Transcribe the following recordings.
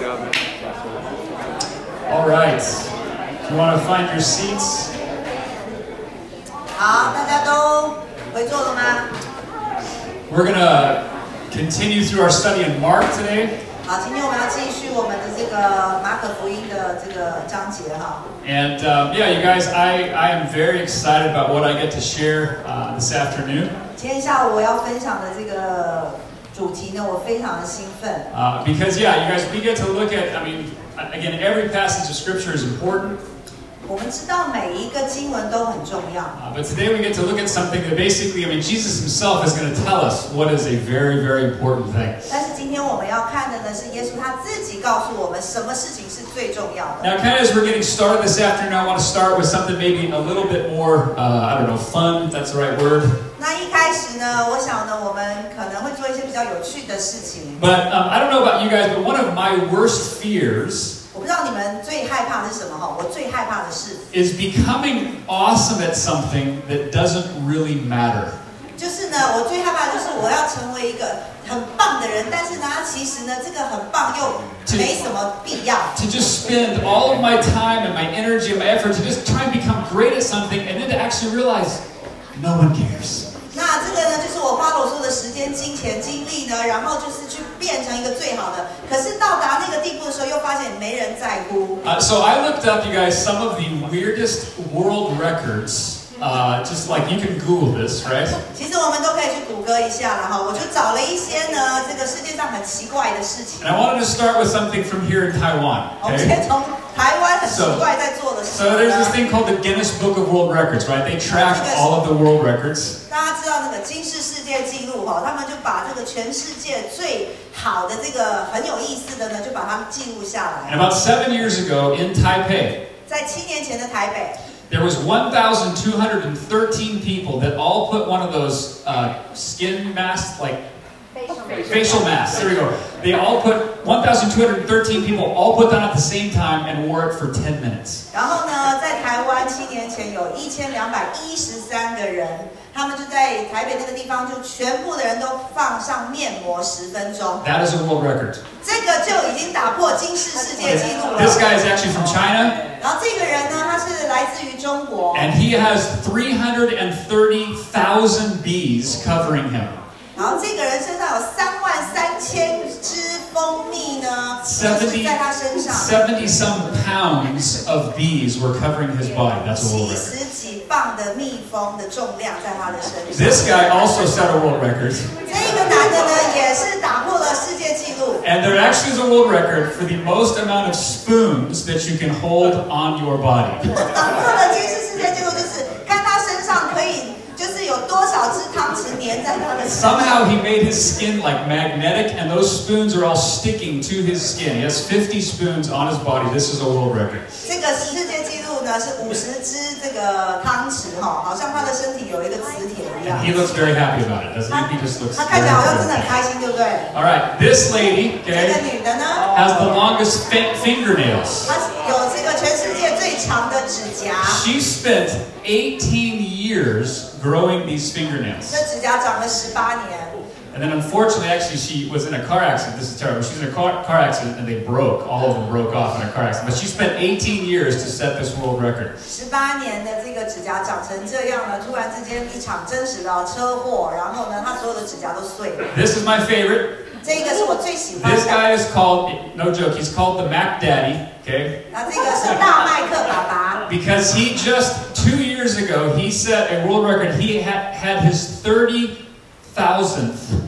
job, man. All right. If you want to find your seats, 好，大家都回座了吗？ we're going to continue through our study in Mark today. 好，今天我们要继续我们的这个马可福音的这个章节哈。 And uh, yeah, you guys, I, I am very excited about what I get to share uh, this afternoon. 今天下午我要分享的这个主题呢，我非常的兴奋， Uh, because yeah, you guys, we get to look at, I mean, again, every passage of Scripture is important. 我们知道每一个经文都很重要， Uh, but today we get to look at something that basically, I mean, Jesus himself is going to tell us what is a very, very important thing. 但是今天我们要看的呢是耶稣他自己告诉我们什么事情是最重要的。 Now, kind of as we're getting started this afternoon, I want to start with something maybe a little bit more, uh, I don't know, fun, if that's the right word. 那一开始呢，我想呢，我们可能会做一些比较有趣的事情。 But um, I don't know about you guys, but one of my worst fears 我不知道你们最害怕的是什么哈？我最害怕的是， is becoming awesome at something that doesn't really matter. 就是呢，我最害怕就是我要成为一个很棒的人，但是呢，他其实呢，这个很棒又没什么必要。 To just spend all of my time and my energy and my effort to just try and become great at something and then to actually realize no one cares. 那这个呢，就是我花了我所有的时间、金钱、精力呢，然后就是去变成一个最好的。可是到达那个地步的时候，又发现没人在乎。 Uh, so I looked up, you guys, some of the weirdest world records. Uh, just like you can Google this, right? 其实我们都可以去谷歌一下了哈，我就找了一些呢，这个世界上很奇怪的事情 And。I wanted to start with something from here in Taiwan. 我们先 Okay. 从台湾很奇怪在做的事 So there's this 情。 thing called the Guinness Book of World Records, right? They track all of the world records. 大家知道那个金氏世界纪录哈，他们就把这个全世界最好的这个很有意思的呢，就把它们记录下 And 来。 about seven years ago in Taipei, 在七年前的台北， there was 1,213 people that all put one of those uh, skin masks, like facial masks. There we go. They all put 1,213 people all put that on at the same time and wore it for 10 minutes. 然后呢，在台湾七年前有一千两百一十三个人，他们就在台北那个地方，就全部的人都放上面膜十分钟， That is a world record. 这个就已经打破金氏世界纪录 This 了。 guy is actually from China, 然后这个人呢，他是来自于中国。 and he has 330,000 bees covering him. 然后这个人身上有三万三千支蜂蜜呢，就是70在他身上70 some pounds of bees were covering his body. That's a world 七 record. 十几磅的蜜蜂的重量在他的身上。 This guy also set a world record, 这个男的呢，也是打破了世界纪录。 and there actually is a world record for the most amount of spoons that you can hold on your body. 打破了吉氏世界纪录，就是看他身上可以，就是有多少只汤匙粘在他的身上。 Somehow he made his skin like magnetic, and those spoons are all sticking to his skin. He has 50 spoons on his body. This is a world record. 这个世界纪录呢是五十只这个汤匙哈，好像他的身体有一个磁铁一样 And。he looks very happy about it, doesn't he? He just looks. 他看起来好像真的 Very 很 good. 开心，对不对？ All right, this lady, 这个 okay, 女的呢？ has the longest fin- fingernails. 他有这个全世界最长的指甲， She spent 18 years growing these fingernails, 这指甲长了十八年， and then unfortunately, actually, she was in a car accident. This is terrible. She was in a car, car accident, and they broke. All of them broke off in a car accident. But she spent 18 years to set this world record. 十八年的这个指甲长成这样呢，突然之间一场真实的车祸，然后呢，他所有的指甲都碎了。 This is my favorite. 这个是我最喜欢 This 的， guy is called, no joke, he's called the Mac Daddy. Okay. 那这个是大麦克爸爸， Because he just two years ago he set a world record. He had, had his thirty thousandth.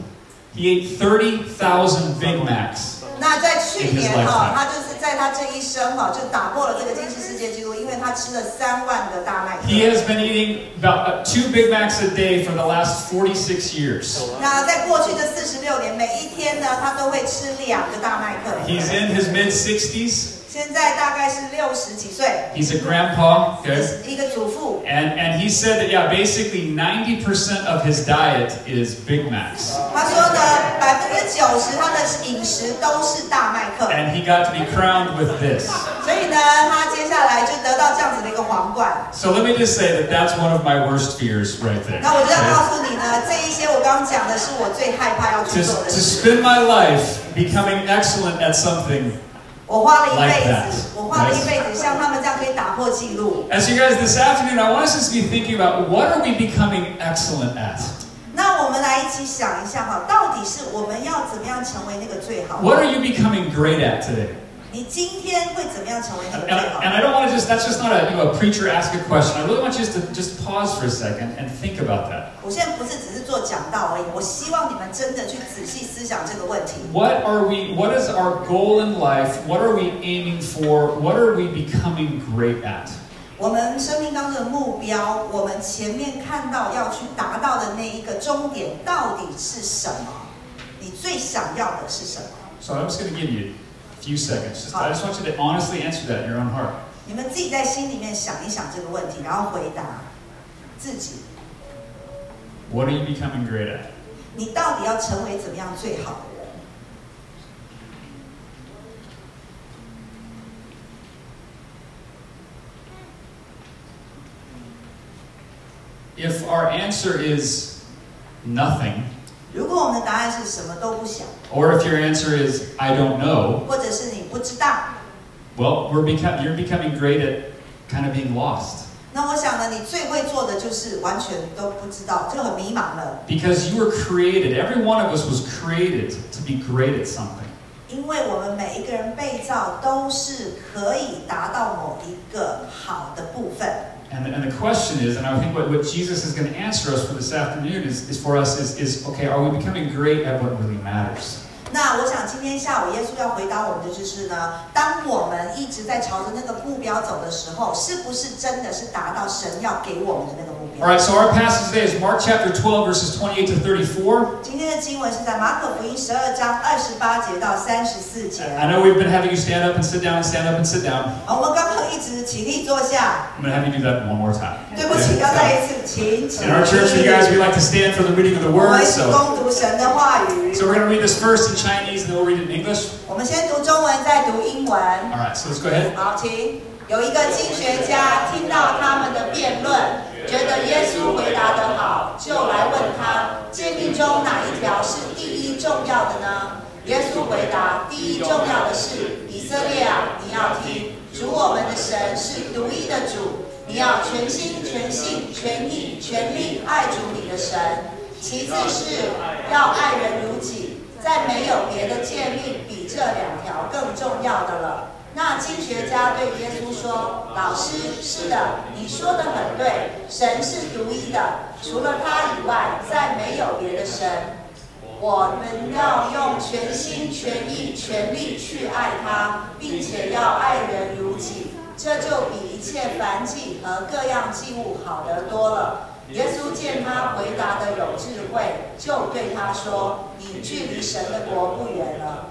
He ate thirty thousand Big Macs. 那在去年哈、他就是在他这一生哈、就打破了这个吉尼斯世界纪录，因为他吃了三万个大麦 He 克。 has been eating about uh, two Big Macs a day for the last forty-six years. 那在过去的四十六年，每一天呢，他都会吃两个大麦克。 He's in his mid sixties. 现在大概是六十几岁， He's a grandpa. Okay. 一个主妇。 And, and he said that yeah, basically ninety percent of his diet is Big Macs, 他说呢，百分之九十他的饮食都是大麦克， and he got to be crowned with this. 所以呢，他接下来就得到这样子的一个皇冠。 So let me just say that that's one of my worst fears right there. 那我就要 Okay? 告诉你呢，这一些我刚刚讲的是我最害怕要 To, 去做的 to 事。 spend my life becoming excellent at something 我花了一辈 Like 子 that.，我花了一辈子像他们这样可以打破记录。 And so, you guys, this afternoon, I want us just to be thinking about what are we becoming excellent at? 那我们来一起想一下哈，到底是我们要怎么样成为那个最好的？ What are you becoming great at today? 你今天会怎么样成为那个 And, 最好 and 的？ I don't want to just, that's just not a, you know, a preacher ask a question. I really want you just to just pause for a second and think about that. 我现在不是只是做讲道而已，我希望你们真的去仔细思想这个问题。 What are we, what is our goal in life? What are we aiming for? What are we becoming great at? 我们生命当中的目标，我们前面看到要去达到的那一个终点到底是什么？你最想要的是什么？ So I'm just going to give you a few seconds. Just, I just want you to honestly answer that in your own heart. 你们自己在心里面想一想这个问题，然后回答自己， What are you becoming great at? 你到底要成为怎么样最好的人？ If our answer is nothing, 如果我们的答案是什么都不想， or if your answer is I don't know, 或者是你不知道， well, we're become, you're becoming great at kind of being lost. 那我想呢，你最会做的就是完全都不知道，就很迷茫了。 Because you were created, every one of us was created to be great at something. 因为我们每一个人被造都是可以达到某一个好的部分。 And, and the question is, and I think what, what Jesus is going to answer us for this afternoon is, is for us is, is okay, are we becoming great at what really matters? 那我想今天下午耶稣要回答我们的就是呢，当我们一直在朝着那个目标走的时候，是不是真的是达到神要给我们的那个目 All 标？ right, so our passage today is Mark chapter 12, verses 28 to 34. 今天的经文是在马可福音十二章二十八节到三十四节。 I know we've been having you stand up and sit down, stand up and sit down. 好，我们刚刚一直起立坐下， I'm going to have you do that one more time. 对不起，要再一次，请起 In our church, you 立。 guys, we like to stand for the reading of the 我 word. 们一起 So, 攻读神的话语。 so we're going to read this first in Chinese, and then we'll read it in English. 我们先读中文，再读英文。 All right, so let's go ahead. 好，请有一个经学家听到他们的辩论，觉得耶稣回答得好，就来问他：诫命中哪一条是第一重要的呢？耶稣回答：第一重要的是以色列啊，你要听，主我们的神是独一的主，你要全心、全性、全意、全力爱主你的神。其次是要爱人如己，再没有别的诫命比这两条更重要的了。那经学家对耶稣说：“老师，是的，你说的很对，神是独一的，除了他以外，再没有别的神。我们要用全心、全意、全力去爱他，并且要爱人如己，这就比一切凡祭和各样祭物好得多了。”耶稣见他回答的有智慧，就对他说：“你距离神的国不远了。”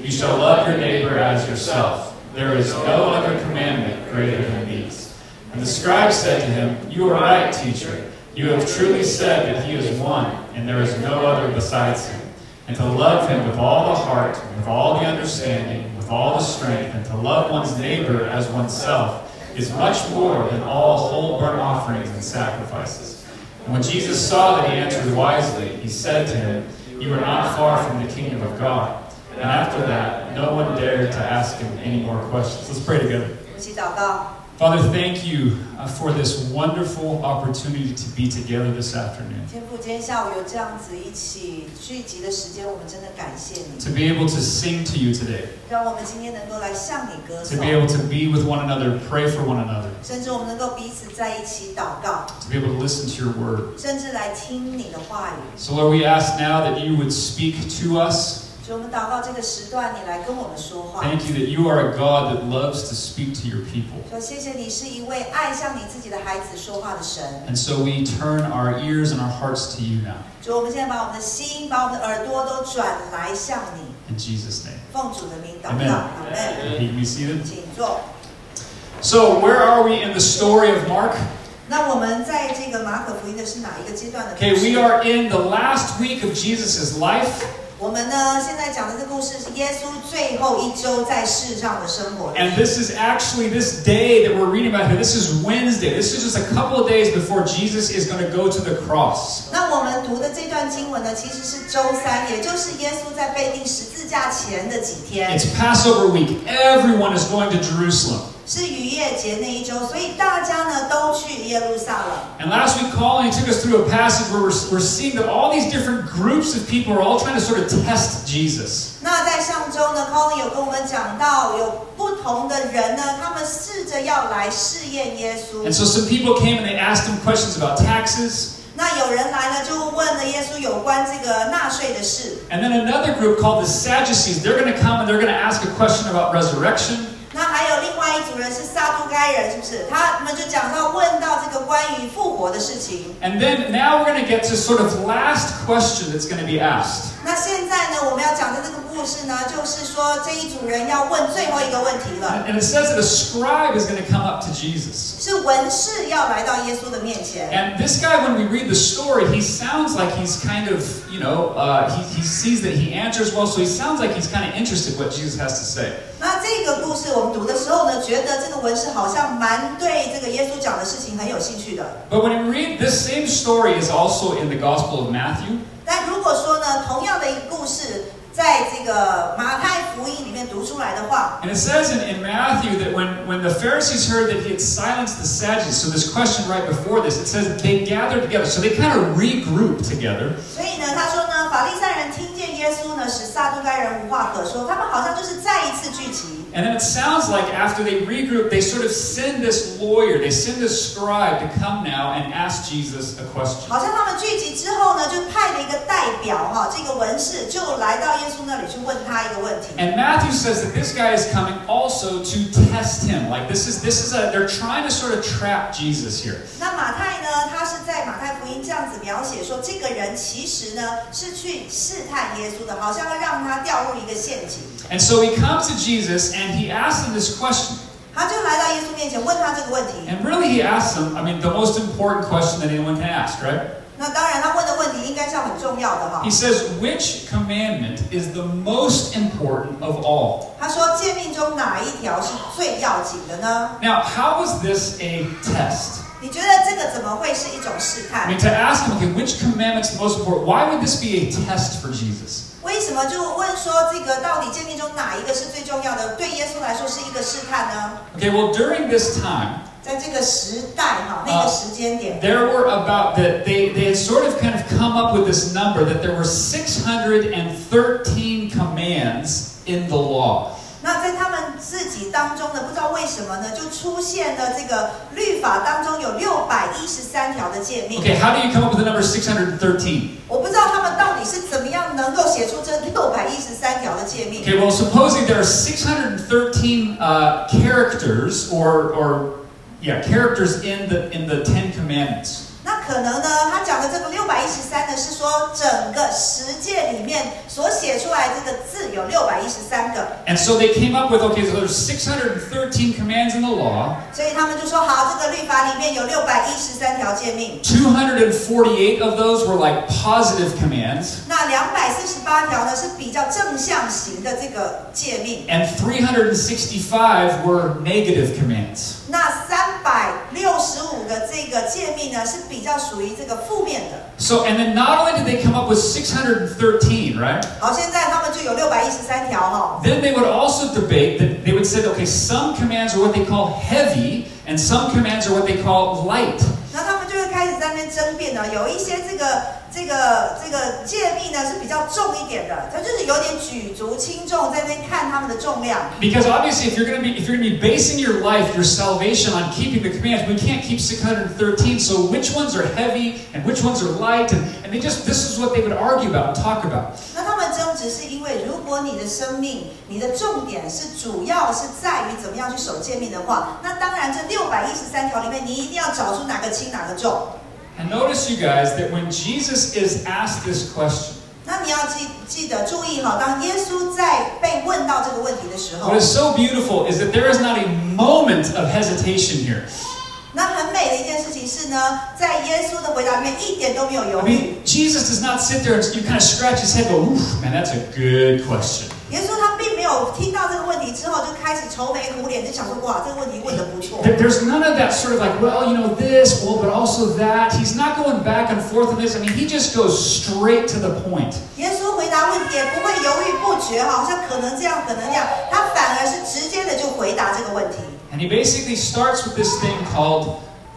You shall love your neighbor as yourself. There is no other commandment greater than these. And the scribe said to him, You are right, teacher. You have truly said that he is one, and there is no other besides him. And to love him with all the heart, and with all the understanding, with all the strength, and to love one's neighbor as oneself is much more than all whole burnt offerings and sacrifices. And when Jesus saw that he answered wisely, he said to him, You are not far from the kingdom of God. And after that, no one dared to ask him any more questions. Let's pray together. 我们一起祷告， Father, thank you uh, for this wonderful opportunity to be together this afternoon. 天父，今天下午有这样子一起聚集的时间，我们真的感谢你， To be able to sing to you today, 让我们今天能够来向你歌 to 颂 be，able to be with one another, pray for one another, 甚至我们能够彼此在一起祷告， to be able to listen to your word. 甚至来听你的话语。 So, Lord, we ask now that you would speak to us. 所以我们祷告这个时段，你来跟我们说话。 Thank you that you are a God that loves to speak to your people. 说谢谢你是一位爱向你自己的孩子说话的神。 And so we turn our ears and our hearts to you now. 主，我们现在把我们的心、把我们的耳朵都转来向你， In Jesus' name. 奉主的名祷告， Amen. 阿门。 You can be seated. 请坐。 So, where are we in the story of Mark? 那我们在这个马可福音的是哪一个阶段的故 Okay, 事 we are in the last week of Jesus' life, 我们呢现在讲的这故事是耶稣最后一周在世上的生活。 and this is actually this day that we're reading about here. This is Wednesday. This is just a couple of days before Jesus is going to go to the cross. 那我们读的这段经文呢，其实是周三，也就是耶稣在被钉十字架前的几天， It's Passover week. Everyone is going to Jerusalem. 是逾越节那一周，所以大家呢都去耶路撒冷。 And last week, Colin took us through a passage where we're, we're seeing that all these different groups of people are all trying to sort of test Jesus. 那在上周呢，Colin 有跟我们讲到，有不同的人呢，他们试着要来试验耶 And 稣。 so some people came and they asked him questions about taxes. 那有人来呢，就问了耶稣有关这个纳税的事。 And then another group called the Sadducees, they're going to come and they're going to ask a question about resurrection. 那还有另外一组人是撒都该人，是不是？他们就讲到问到这个关于复活的事情。 And then now we're going to get to sort of last question that's going to be asked. 那现在呢，我们要讲的这个故事呢，就是说这一组人要问最后一个问题了， And it says that a scribe is going to come up to Jesus. 是文士要来到耶稣的面前。 And this guy, when we read the story, he sounds like he's kind of, you know, uh, he, he sees that he answers well, so he sounds like he's kind of interested what Jesus has to say. 那这个故事我们读的时候呢，觉得这个文士好像蛮对这个耶稣讲的事情很有兴趣的。 But when we read this same story is also in the Gospel of Matthew, 但如果说呢，同样的一个故事，在这个马太福音里面读出来的话， and it says in, in Matthew that when, when the Pharisees heard that he had silenced the Sadducees, so this question right before this, it says they gathered together. So they kind of regrouped together. 所以呢，他说呢，法利赛人听见耶稣呢，使撒都该人无话可说，他们好像就是再一次聚集。 And then it sounds like after they regroup, they sort of send this lawyer, they send this scribe to come now and ask Jesus a question. 好像他们聚集之后呢，就派了一个代表哈，这个文士就来到耶稣那里去问他一个问题。 And Matthew says that this guy is coming also to test him. Like this is this is a they're trying to sort of trap Jesus here. 那马太呢，他是在马太福音这样子描写说，这个人其实呢是去试探耶稣的，好像要让他掉入一个陷阱。 And so he comes to Jesus and he asks him this question. 他就来到耶稣面前问他这个问题。 And really he asks him, I mean, the most important question that anyone can ask, right? 那当然，他问的问题应该是很重要的哈 He。says, which commandment is the most important of all? 他说诫命中哪一条是最要紧的呢？ Now, how is this a test? 你觉得这个怎么会是一种试 I 探 mean,？to ask him, okay, which commandment's the most important? Why would this be a test for Jesus? 为什么就问说这个到底诫命中哪一个是最重要的？对耶稣来说是一个试探呢？ Okay, well, during this time, 在这个时代哈，那个时间点， There were about that they, they had sort of kind of come up with this number that there were 613 commands in the law. 那在他们自己当中呢，不知道为什么呢，就出现了这个律法当中有六百一十三条的诫命。 Okay, how do you come up with the number 613? 我不知道他们到底是怎么样能够写出这六百一十三条的诫命。 Okay, well, supposing there are 613 uh, characters or or yeah, characters in the in the Ten Commandments. 那可能呢，他讲的这个六百一十三呢，是说整个十诫里面所写出来这个字有六百一十三个， And so they came up with okay, so there's 613 commands in the law. 所以他们就说好，这个律法里面有六百一十三条诫命， 248 of those were like positive commands. 那两百四十八条呢是比较正向型的这个诫命， and 365 were negative commands. 那三百六十五个这个诫命呢是比较属于这个负面的。 So, and then not only did they come up with 613, right? 好，现在他们就有六百一十三条哈、 Then they would also debate that they would say, okay, some commands are what they call heavy, and some commands are what they call light. 那他们就会开始在那边争辩呢，有一些这个这个这个诫命呢是比较重一点的，它就是有点举足轻重，在那边看他们的重量。 Because obviously, if you're going to be if you're going to be basing your life, your salvation on keeping the commands, we can't keep 613. So, which ones are heavy and which ones are light? And, and they just this is what they would argue about and talk about. 那他们争执是因为，如果你的生命、你的重点是主要是在于怎么样去守诫命的话，那当然这六百一十三条里面，你一定要找出哪个轻哪个重。 And notice, you guys, that when Jesus is asked this question. 那你你要记记得注意哈，当耶稣在被问到这个问题的时候 What，is so beautiful is that there is not a moment of hesitation here. 那很美的一件事情是呢，在耶稣的回答里面一点都没有犹 I 豫。 mean, Jesus does not sit there and you kind of scratch his head and go, oof, man, that's a good question. 耶稣他并没有听到这个问题之后就开始愁眉苦脸，就想说哇，这个问题问的不错。 There- There's none of that sort of like, well, you know, this, well, but also that. He's not going back and forth on this. I mean, he just goes straight to the point. 耶稣回答问题也不会犹豫不决哈，好像可能这样，可能那样，他反而是直接的就回答这个问题。 And he basically starts with this thing called,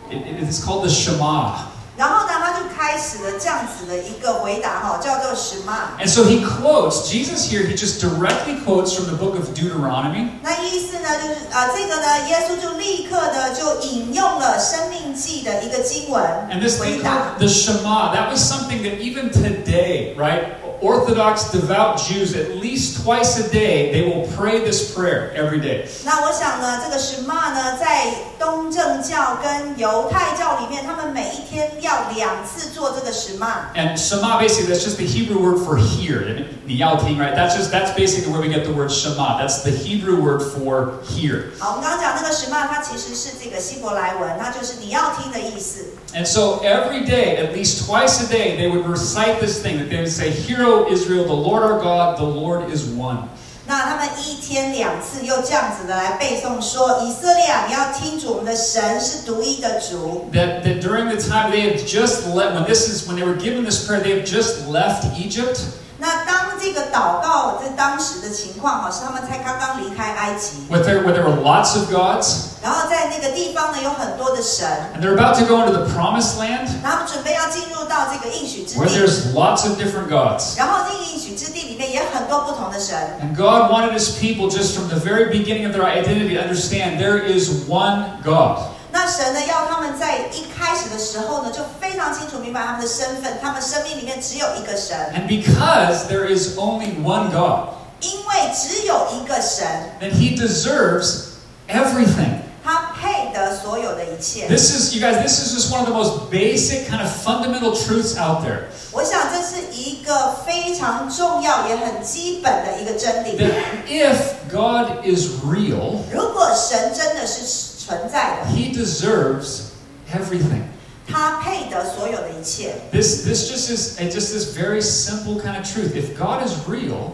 it- it- it's called the Shema. 然后呢，他就开始了这样子的一个回答哈，叫做什么？啊 And so he quotes, Jesus here, he just directly quotes from the book of Deuteronomy. 那意思呢，就是啊、呃这个呢，耶稣就立刻呢就引用了《生命记》的一个经文 And this 回 thing 答 called。the Shema, that was something that even today, right? Orthodox devout Jews, at least twice a day, they will pray this prayer every day. 那我想呢，这个什么呢，在东正教跟犹太教里面，他们每一天要两次做这个什么。 And Shema, basically, that's just the Hebrew word for hear. And Niyatim, right? That's just that's basically where we get the word Shema. That's the Hebrew word for hear. 好，我们刚刚讲那个什么，它其实是这个希伯来文，它就是你要听的意思。 And so every day, at least twice a day, they would recite this thing that they would say, Hear, O Israel, the Lord our God, the Lord is one. 那他们一天两次又这样子的来背诵说：“以色列啊，你要听主，我们的神是独一的主。 That, that during the time they had just left, when this is when they were given this prayer, they had just left Egypt. ”那当这个祷告在当时的情况哈，是他们才刚刚离开埃及， where there, where there were lots of gods, 然后在那个地方呢有很多的神， and they're about to go into the promised land 然后他们准备要进入到这个应许之 where 地， there's lots of different gods. 然后这个应许之地里面也很多不同的神。 And God wanted his people just from the very beginning of their identity to understand there is one God. 那神呢要他们在一开始的时候呢，就非常清楚明白他们的身份，他们生命里面只有一个神， And because there is only one God, 因为只有一个神， then he deserves everything. 他配得所有的一切。 This is, you guys, this is just one of the most basic, kind of fundamental truths out there. 我想这是一个非常重要也很基本的一个真理。 That if God is real, 如果神真的是存在的， he deserves everything. 他配得所有的一切。 This this just is it's just this very simple kind of truth. If God is real,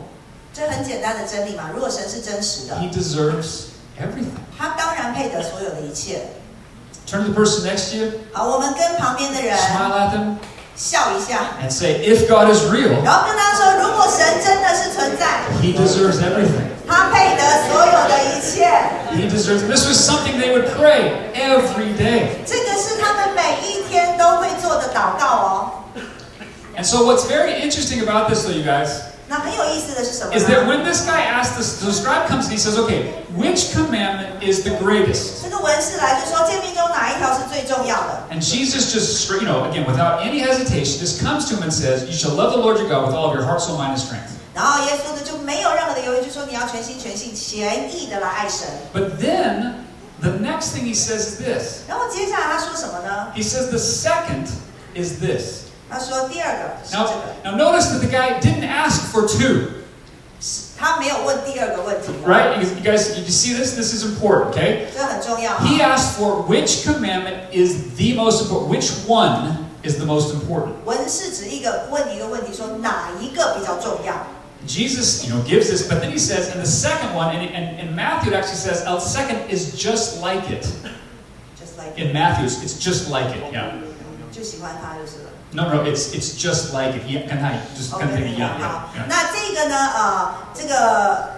这很简单的真理嘛。如果神是真实的， He deserves everything. 他当然配得所有的一切。 Turn to the person next to you, 好，我们跟旁边的人 smile at them, 笑一下， and say, "If God is real, 然后跟他说：如果神真的是存在， He deserves everything. 他配得所有的一切。 He deserves." This was something they would pray every day. 这个是他们每一天都会做的祷告哦。 And so, what's very interesting about this, though, you guys, 那很有意思的是什么 is that 呢？ when this guy asked this, the scribe comes and he says, "Okay, which commandment is the greatest?" 这个文士来就说：诫命中哪一条是最重要的？ And Jesus just, straight- you know, again, without any hesitation, just comes to him and says, "You shall love the Lord your God with all of your heart, soul, mind, and strength." 然后耶稣呢就没有任何的犹豫，就说你要全心全性全意的来爱神。 But then the next thing he says is this. 然后接下来他说什么呢？ He says the second is this. 他说第二个是这 Now, 个， now notice that the guy didn't ask for two, 他没有问第二个问题， right? You, you guys, you see this? This is important, okay? 这很重要啊。 He asked for which commandment is the most important, which one is the most important. 文士指一个问一个问题，说哪一个比较重要？ Jesus, you know, gives this, but then he says, and the second one, and, and, and Matthew it actually says, the second is just like it. Just like In Matthew's, it's just like it, yeah. 就喜欢他就是了。 No, no, it's it's just like it. Yeah, can I just can I- OK， yeah, 好 yeah,。yeah. 那这个呢？呃，这个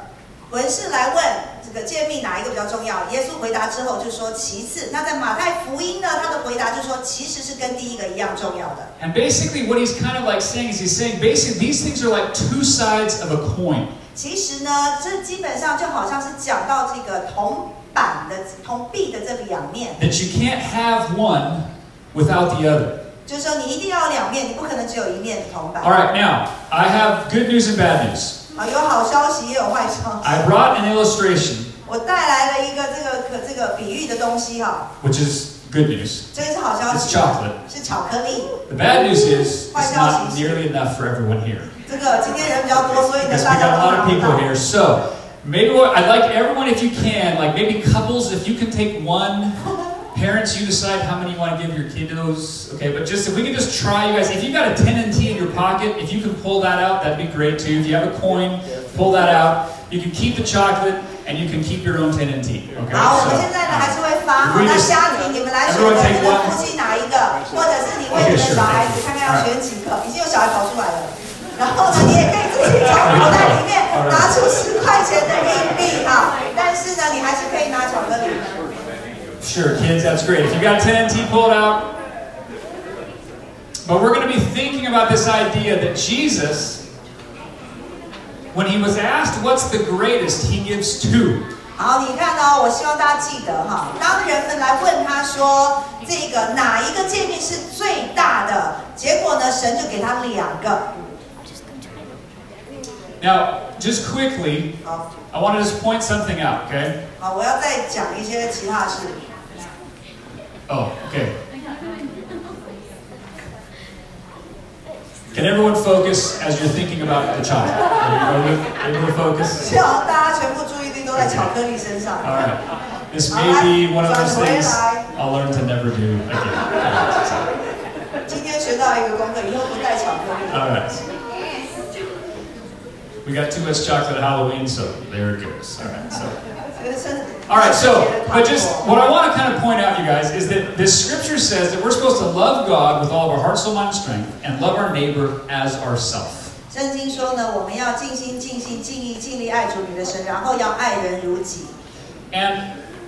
文士来问这个诫命哪一个比较重要？耶稣回答之后就说其次。那在马太福音呢，他的回答就说其实是跟第一个一样重要的。 And basically, what he's kind of like saying is he's saying basically these things are like two sides of a coin. 其实呢，这基本上就好像是讲到这个铜板的铜币的这两面， That you can't have one without the other. 就是说你一定要有两面，你不可能只有一面铜板。 All right, now I have good news and bad news. 啊，有好消息也有坏消息。 I brought an illustration, 我带来了一个这个可这个比喻的东西哈、 which is good news. 这个是好消 It's 息， chocolate. 是巧克力。 The bad news is it's not nearly enough for everyone here. 这这个今天人比较多，所以呢 Because we 大家 got a 都 lot 拿 of 不 people 到。 here. So maybe what I'd like everyone, if you can, like maybe couples, if you can take one. Parents, you decide how many you want to give your kiddos. Okay, but just if we can just try, you guys. If you've got a 10 and T in your pocket, if you can pull that out, that'd be great too. If you have a coin, pull that out. You can keep the chocolate and you can keep your own 10 and T. Okay. 好，我们 so- 现在呢还是会发哈。 We 那 just- 下你你们来选择 everyone take 你们 one. 夫妻哪一个，或者是你为 Okay, 你的 sure. 小孩子看看要选几个。已经有小孩跑出来了，然后呢，你也可以自己从口袋里面 Alright. 拿出十块钱的硬币哈，但是呢，你还是可以拿巧克力。 Sure, kids, that's great. If you got 10 NT, pull it out. But we're going to be thinking about this idea that Jesus, when he was asked what's the greatest, he gives two. 好，你看哦，我希望大家记得哈，当人们来问他说这个哪一个诫命是最大的，结果呢，神就给他两个。 Now, just quickly, 好， I want to just point something out, okay? 好，我要再讲一些其他的事。 Oh, okay. Can everyone focus as you're thinking about the child? Everybody- Everyone focus? 希望大家全部注意力都在巧克力身上。 All right. This may be one of those things I'll learn to never do again. 今天学到一个功课，以后不带巧克力。 All right. We got too much chocolate Halloween, so there it goes. All right. So, 这个是 all right. So, 圣洁的糖 but just 果 what I want to kind of point out, you guys, is that this scripture says that we're supposed to love God with all of our heart, soul, mind, and strength, and love our neighbor as ourselves. 圣经说呢，我们要尽心、尽性、尽意、尽力爱主你的神，然后要爱人如己。 And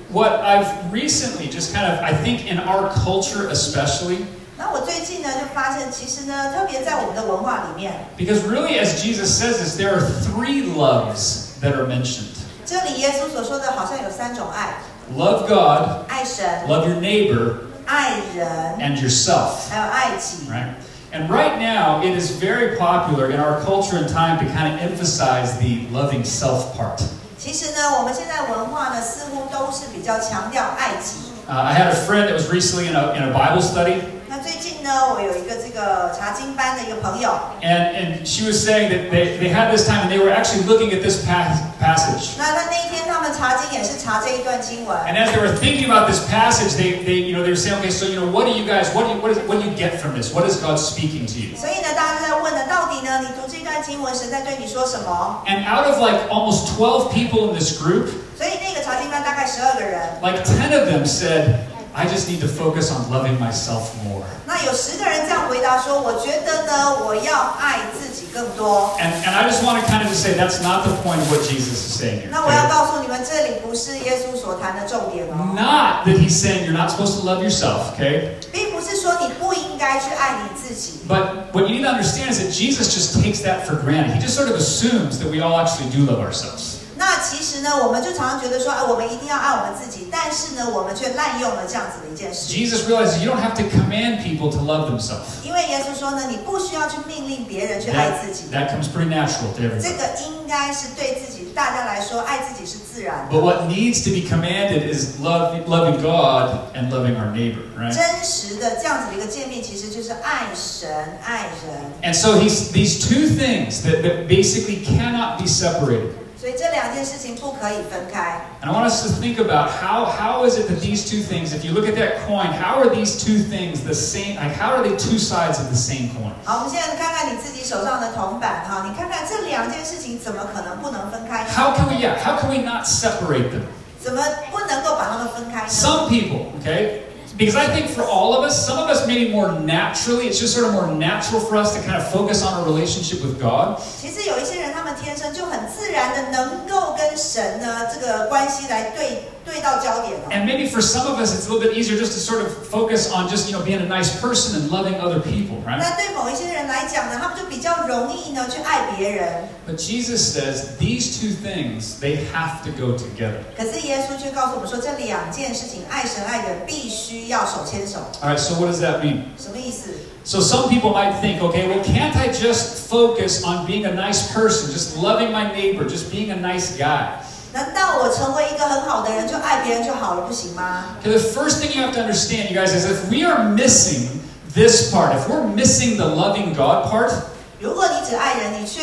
what I've recently just kind of, I think, in our culture especially, 那我最近呢就发现，其实呢，特别在我们的文化里面， because really, as Jesus says, is there are three loves that are mentioned: 这里耶稣所说的好像有三种爱： love God, 爱神、 love your neighbor, 爱人， and yourself. 还有爱己。 right? And right now, it is very popular in our culture and time to kind of emphasize the loving self part. Uh, 其实呢，我们现在文化呢似乎都是比较强调爱己。Uh, I had a friend that was recently in a, in a Bible study, 那最近呢，我有一个这个查经班的一个朋友， and, and she was saying that they, they had this time and they were actually looking at this pas- passage. 那他那一天他们查经也是查这一段经文， And as they were thinking about this passage, they, they, you know, they were saying, okay, so you know, what do you guys, what do you, what, is, what do you get from this? What is God speaking to you? 所以呢，大家就在问呢，到底呢，你读这段经文，神在对你说什么？ And out of like almost 12 people in this group, 所以那个查经班大概十二个人， like 10 of them said, I just need to focus on loving myself more. 那有十个人这样回答说：“我觉得呢，我要爱自己更多。 And, and I just want to kind of just say that's not the point of what Jesus is saying ”here. 那我要 okay? 告诉你们，这里不是耶稣所谈的重点哦， Not that he's saying you're not supposed to love yourself, okay? 并不是说你不应该去爱你自己。 But what you need to understand is that Jesus just takes that for granted. He just sort of assumes that we all actually do love ourselves. 那其实呢，我们就常常觉得说，哎，我们一定要爱我们自己，但是呢，我们却滥用了这样子的一件事。 Jesus realizes you don't have to command people to love themselves. 因为耶稣说呢，你不需要去命令别人去爱 That, 自己， that comes pretty natural to 这 everybody. 个应该是对自己大家来说，爱自己是自然的。 But what needs to be commanded is love, loving God and loving our neighbor, right? 真实的这样子的一个见面，其实就是爱神、爱人。 And so he's, these two things that, that basically cannot be separated. 所以这两件事情不可以分开。 And I want us to think about how how is it that these two things, if you look at that coin, how are these two things the same? Like how are they two sides of the same coin? 好，我们现在看看你自己手上的铜板哈，你看看这两件事情怎么可能不能分开呢？ How can we yeah? How can we not separate them? 怎么不能够把它们分开呢？ Some people, okay. Because I think for all of us, some of us maybe more naturally, it's just sort of more natural for us to kind of focus on our relationship with God. 其实有一些人，他们天生就很自然的能够跟神呢这个关系来对对到焦点哦。 And maybe for some of us, it's a little bit easier just to sort of focus on just, you know, being a nice person and loving other people, right? 那对某一些人来讲呢，他们就比较容易呢去爱别人。 But Jesus says these two things, they have to go together. 可是耶稣却告诉我们说，这两件事情，爱神爱人，必须要手牵手。 All right, so what does that mean? 什么意思？ So some people might think, okay, well, can't I just focus on being a nice person, just loving my neighbor, just being a nice guy? 难道我成为一个很好的人就爱别人就好了，不行吗？ Okay, the first thing you have to understand, you guys, is if we are missing this part, if we're missing the loving God part, 比如果你只爱人，你却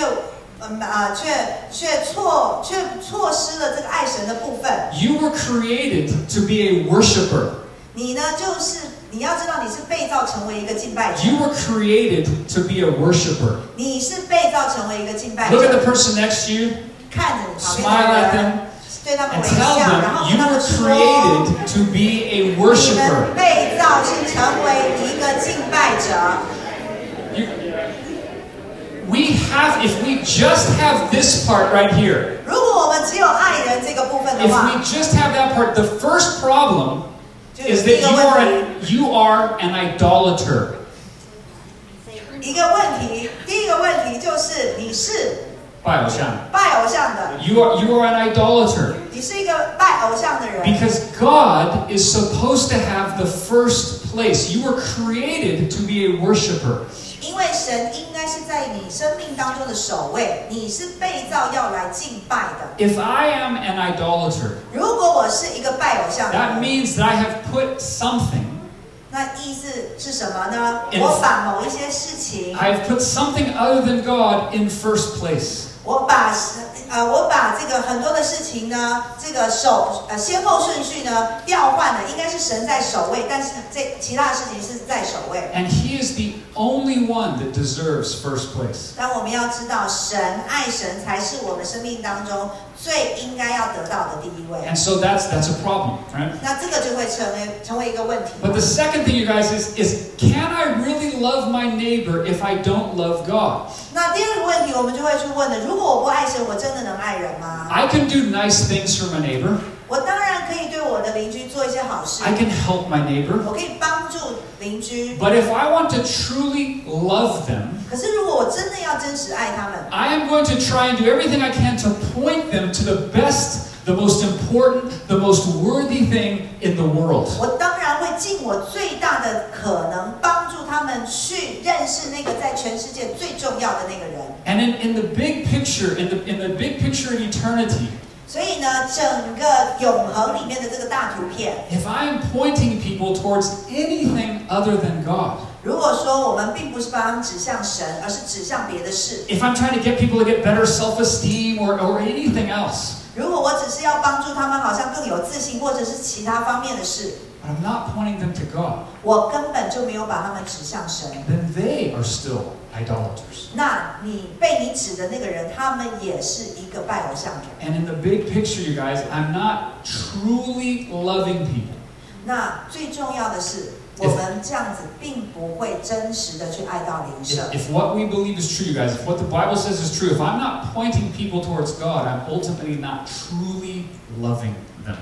嗯啊、却却错却错失了这个爱神的部分， You were created to be a worshiper. 你呢就是你要知道你是被造成为一个敬拜者， You were created to be a worshiper. 你是被造成为一个敬拜 Look at 者 the，person next to you, 看着你旁边 smile 的 at 人， them, 对他们 and 微 tell 笑，然 them 后 you 跟他 were 们说。 created to be a 你们 worshiper. 被造是成为一个敬拜者。 You- we have, if we just have this part right here, 如果我们只有爱人这个部分 if 的话， we just have that part, the first problem 就 is 是 that 一 you 个 are 问 an, you are an idolater. 题。一个问题，第一个问题就是你是 Bioshan. 拜偶像的， You are you are an idolater 你是一个拜偶像的人， because God is supposed to have the first place. You were created to be a worshiper. 因为神应该是在你生命当中的首位，你是被造要来敬拜的。 If I am an idolater, 如果我是一个拜偶像的 that 人， means that I have put something 那意思是什么呢？ Yes. 我把某一些事情， I have put something other than God in first place. 我把呃，我把这个很多的事情呢，这个首呃先后顺序呢调换了，应该是神在首位，但是这其他的事情是在首位。 And He is the only one that deserves first place. 但我们要知道，神爱神才是我们生命当中最应该要得到的第一位。 And so that's that's a problem, right? 那这个就会成为成为一个问题。 But the second thing, you guys, is is can I really love my neighbor if I don't love God? 那第二个问题，我们就会去问的：如果我不爱神，我真的能爱人吗？ I can do nice things for my neighbor. 我当然可以对我的邻居做一些好事， I can help my neighbor. 我可以帮助邻居。 But if I want to truly love them, 可是如果我真的要真实爱他们， I am going to try and do everything I can to point them to the best, the most important, the most worthy thing in the world. 我当然会尽我最大的可能帮助他们去认识那个在全世界最重要的那个人。 And in, in the big picture, in the, in the big picture of eternity, 所以呢，整个永恒里面的这个大图片， if I am pointing people towards anything other than God, 如果说我们并不是把他们指向神，而是指向别的事， if I'm trying to get people to get better self esteem or, or anything else, 如果我只是要帮助他们，好像更有自信，或者是其他方面的事， but I'm not pointing them to God, 我根本就没有把他们指向神。 then they are still idolaters. 那你被你指的那个人，他们也是一个拜偶像的人。 And in the big picture, you guys, I'm not truly loving people. 那最重要的是，我们这样子并不会真实的去爱到灵舍 If,。if what we believe is true, you guys, if what the Bible says is true, if I'm not pointing people towards God, I'm ultimately not truly loving them.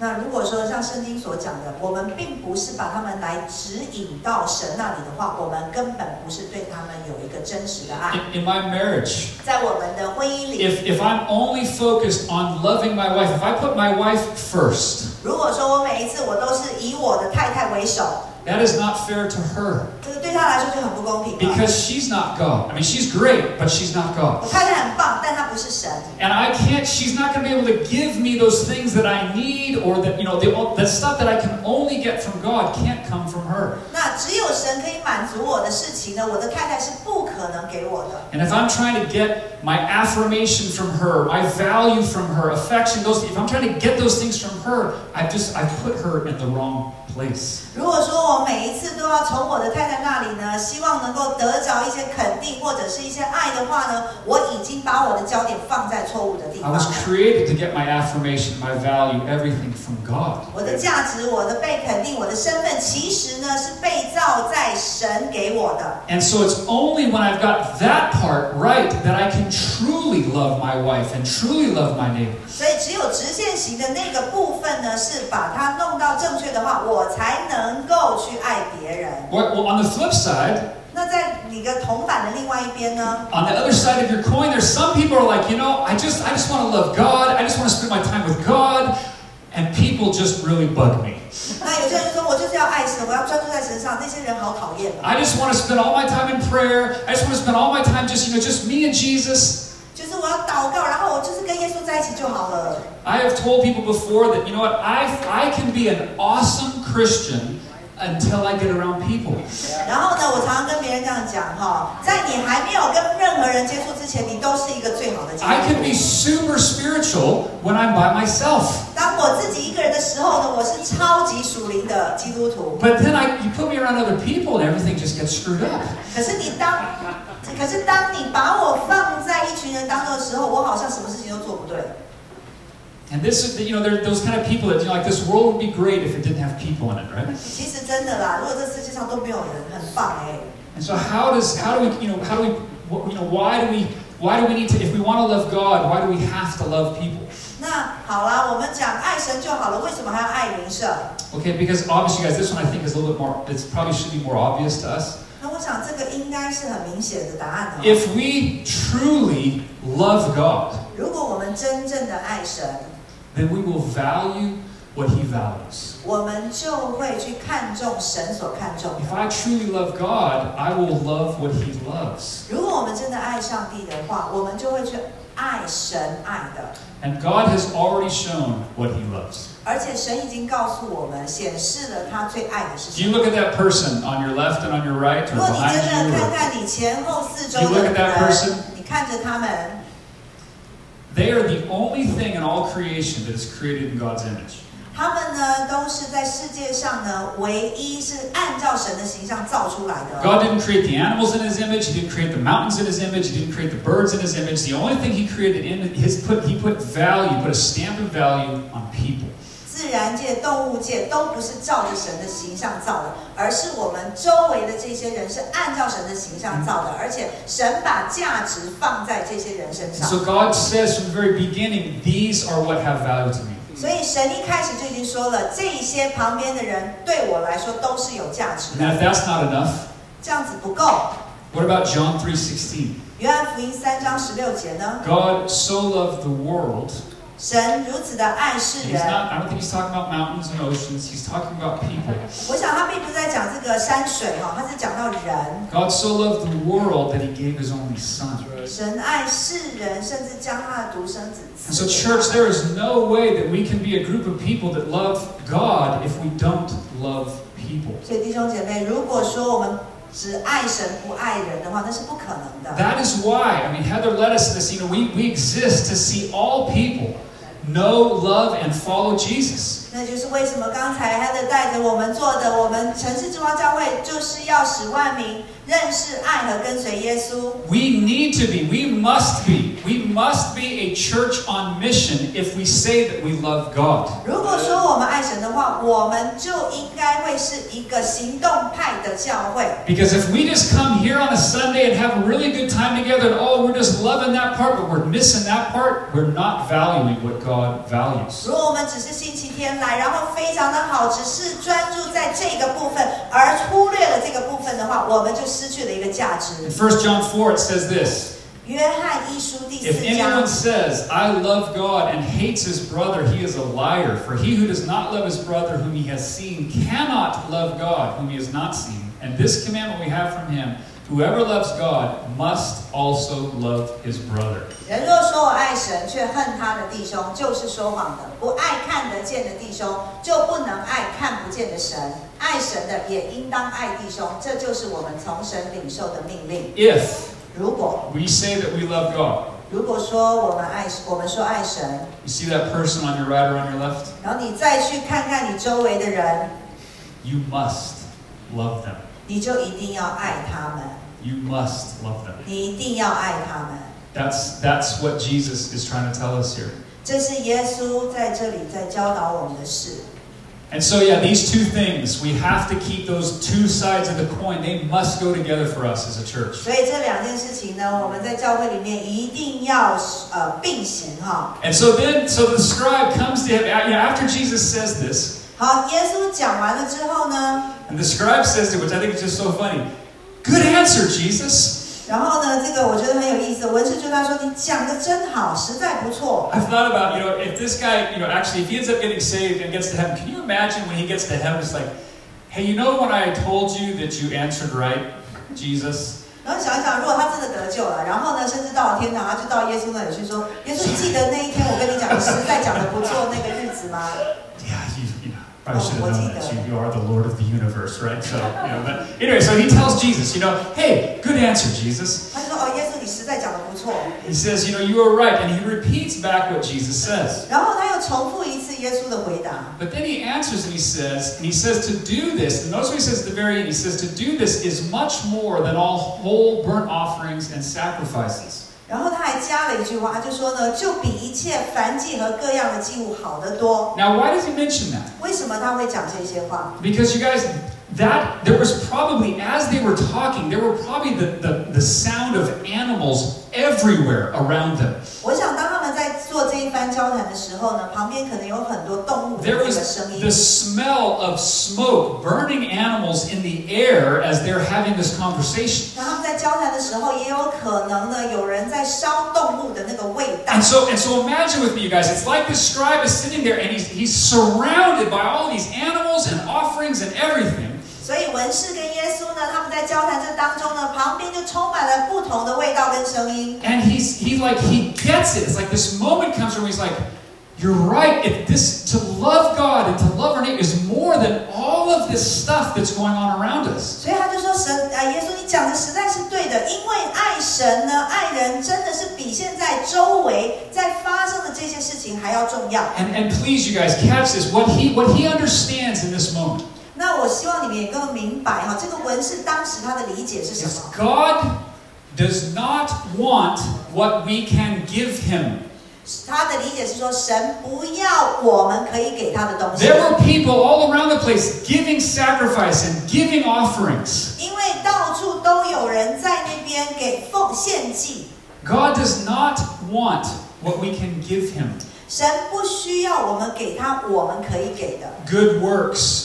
那如果说像圣经所讲的，我们并不是把他们来指引到神那里的话，我们根本不是对他们有一个真实的爱。 In, in my marriage, 在我们的婚姻里， If, if I'm only focused on loving my wife, if I put my wife first, 如果说我每一次我都是以我的太太为首， that is not fair to her 这个对她来说就很不公平了。 because she's not God. I mean, she's great, but she's not 我 God. 太太很棒，但她不是神， And I can't, she's not going to be able to give me those things that I need or that, you know, the, that stuff that I can only get from God can't come from her. 那只有神可以满足我的事情呢，我的太太是不可能给我的。 And if I'm trying to get my affirmation from her, my value from her, affection, those, if I'm trying to get those things from her, I've just, I've put her in the wrong place. 如果说我每一次都要从我的太太那里呢，希望能够得着一些肯定或者是一些爱的话呢，我已经把我的焦点放在错误的地 I 方 was 了。 created to get my affirmation, my value, everything from God. 我的价值、我的被肯定、我的身份，其实呢是被造在神给我的。 And so it's only when I've got that part right that I can truly love my wife and truly love my neighbor. 所以只有直线型的那个部分呢，是把它弄到正确的话，我才能够去爱别人。 Well, well, on the flip side, 那在你的铜板的另外一边呢， on the other side of your coin, there's some people are like, you know, I just, I just want to love God. I just want to spend my time with God, and people just really bug me. 那有些人说我就是要爱神，我要专注在神上，那些人好讨厌哦。 I just want to spend all my time in prayer. I just want to spend all my time just, you know, just me and Jesus. 就是我要祷告，然后我就是跟耶稣在一起就好了。 I have told people before that, you know what, I, I can be an awesome Christian until I get around people. 然后呢，我常常跟别人这样讲哈，在你还没有跟任何人接触之前，你都是一个最好的基 I 督 can 徒 be。super spiritual when I'm by myself. 当我自己一个人的时候呢，我是超级属灵的基督徒。 But then I, you put me around other people and everything just gets screwed up. 可是你当，可是当你把我放在一群人当中的时候，我好像什么事情都做不对。 And this is, the- you know, there are those kind of people that, you know, like this world would be great if it didn't have people in it, right? 其实真的啦，如果这世界上都没有人，很棒哎、 And so how does, how do we, you know, how do we, what, you know, why do we, why do we need to, if we want to love God, why do we have to love people? 那好啦，我们讲爱神就好了，为什么还要爱邻舍？ Okay, because obviously, guys, this one I think is a little bit more, it probably should be more obvious to us. 那我想这个应该是很明显的答案哦。 If we truly love God, 如果我们真正的爱神， then we will value what he values. 我们就会去看重神所看重的 If。I truly love God, I will love what he loves. 如果我们真的爱上帝的话，我们就会去爱神爱的， And God has already shown what he loves. 而且神已经告诉我们，显示了他最爱的是 If 什 you 么。 look at that person on your left and on your right or 如果你真 behind 的 you, 看 or, 看你前后四周 You look 的 at that 人 person.，你看着他们， they are the only thing in all creation that is created in God's image. 他们呢都是在世界上呢唯一是按照神的形象造出来的。 God didn't create the animals in his image, he didn't create the mountains in his image, he didn't create the birds in his image. The only thing he created in his put he put value, put a stamp of value on people. 自然界、动物界都不是照着神的形象造的，而是我们周围的这些人是按照神的形象造的，而且神把价值放在这些人身 And 上。 so God says from the very beginning, these are what have value to me. 所以神一开始就已经说了，这一些旁边的人对我来说都是有价值 And then 的， if that's not enough, 这样子不够。 what about John 3:16? 约翰福音三章十六节呢， God so loved the world 神如此的爱世 He's 人， not, I don't think he's talking about mountains and oceans. He's talking about people. 我想他并不是在讲这个山水哈、哦，他是讲到人。 God so loved the world that he gave his only son. 神爱世人，甚至将他的独生子 And so, 赐给。 church, there is no way that we can be a group of people that love God if we don't love people. 所以弟兄姐妹，如果说我们只爱神不爱人的话，那是不可能的。 That is why, I mean, Heather led us to this. You know, we, we exist to see all people know, love, and follow Jesus. 那就是为什么刚才 Heather 带着我们做的，我们城市之光教会就是要使万民认识、爱和跟随耶稣。 We need to be, we must be, we must be a church on mission if we say that we love God. 如果说我们爱神的话，我们就应该会是一个行动派的教会。 Because if we just come here on a Sunday and have a really good time together, and oh, we're just loving that part, but we're missing that part, we're not valuing what God values. 如果我们只是星期天来，然后非常的好，只是专注在这个部分，而忽略了这个部分的话，我们就失去了一个价值 In。1 John 4, it says this 约翰一书第 If 四章 anyone，says, I love God and hates his brother, he is a liar. For he who does not love his brother whom he has seen cannot love God whom he has not seen. And this commandment we have from him whoever loves God must also love his brother. 人若说我爱神，却恨他的弟兄，就是说谎的；不爱看得见的弟兄，就不能爱看不见的神。爱神的也应当爱弟兄，这就是我们从神领受的命令。 If 如果 we say that we love God, 如果说我们爱，我们说爱神， You see that person on your right or on your left? 然后你再去看看你周围的人， You must love them. 你就一定要爱他们。 You must love them. 你一定要爱他们。 That's that's what Jesus is trying to tell us here. 这是耶稣在这里在教导我们的事。 And so yeah, these two things, we have to keep those two sides of the coin. They must go together for us as a church. 所以这两件事情呢，我们在教会里面一定要呃并行哈。 And so then so the scribe comes to him you know, after Jesus says this, 好，耶稣讲完了之后呢， and the scribe says to him, which I think is just so funny. Good answer, Jesus. 然后呢，这个我觉得很有意思。文士就他说：“你讲的真好，实在不错。 I've thought about, you know, if this guy, you know, actually, if he ends up getting saved and gets to heaven, can you imagine when he gets to heaven, it's like, hey, you know when I told you that you answered right, Jesus? ”然后想一想，如果他真的得救了，然后呢，甚至到了天堂，他就到耶稣那里去说：“耶稣，记得那一天我跟你讲，你实在讲的不错那个日子吗？” Yeah, you, you know, Probably Oh, should have what's known that. he done? You, you are the Lord of the universe, right? So, you know, but anyway, so he tells Jesus, you know, hey, good answer, Jesus. 他就说：“哦，耶稣，你实在讲的不错。 He says, you know, you are right. And he repeats back what Jesus says. ”然后他又重复一次耶稣的回答。 But then he answers and he says, and he says to do this, and notice what he says at the very end. He says, to do this is much more than all whole burnt offerings and sacrifices. 然后他还加了一句话，他就说呢，就比一切凡祭和各样的祭物好得多。 Now, why does he mention that? 为什么他会讲这些话？ Because you guys, that there was probably as they were talking, there were probably the, the, the sound of animals everywhere around them. 我想，当他们在做这一番交谈的时候呢，旁边可能有很多动物的 There 这个 was 声 the 音， smell of smoke, burning animals in the air as they're having this conversation. 然后在交谈的时候，也有可能呢，有人在烧动物的那个味道 And。so, and so imagine with me, you guys, it's like this scribe is sitting there and he's, he's surrounded by all these animals and offerings and everything. 所以文士跟耶稣呢，他们在交谈这当中呢，旁边就充满了不同的味道跟声音。 And he's he like he gets it. It's like this moment comes where he's like, "You're right. It, this to love God and to love our neighbor is more than all of this stuff that's going on around us." 所以他就说神啊，耶稣，你讲的实在是对的，因为爱神呢，爱人真的是比现在周围在发生的这些事情还要重要。 And and please, you guys, catch this. What he what he understands in this moment 那我希望你们也更明白哈，这个文士当时他的理解是什 is 么？ God does not want what we can give him. 他的理解是说，神不要我们可以给他的东西， There were people all around the place giving sacrifice and giving offerings. 因为到处都有人在那边给奉献祭， God does not want what we can give him. 神不需要我们给他我们可以给的， Good works,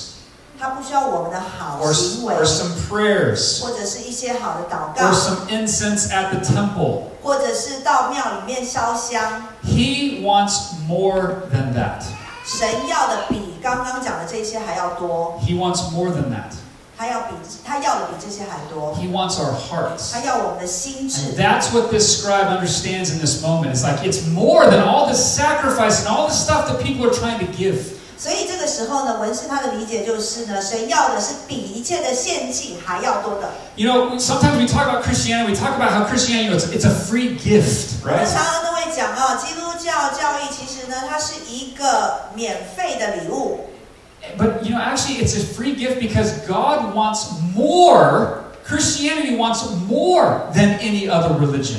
他不需要我们的好 or, 行为， or some prayers, 或者是一些好的祷 or 告。 some incense at the temple. 或者是到庙里面烧香， He wants more than that. 神要的比刚刚讲的这些还要多， He wants more than that. 他要比他要的比这些还多， He wants our 他 hearts. 要我们的心 And 智。 that's what this scribe understands in this moment. It's like it's more than all the sacrifice and all the stuff that people are trying to give. 所以这个时候呢，文士他的理解就是呢，神要的是比一切的献祭还要多的。 You know, sometimes we talk about Christianity, we talk about how Christianity, you know, it's, it's a free gift, 我们 right? 常常都会讲啊、基督教教义其实呢，它是一个免费的礼物， But you know, actually, it's a free gift because God wants more. Christianity wants more than any other religion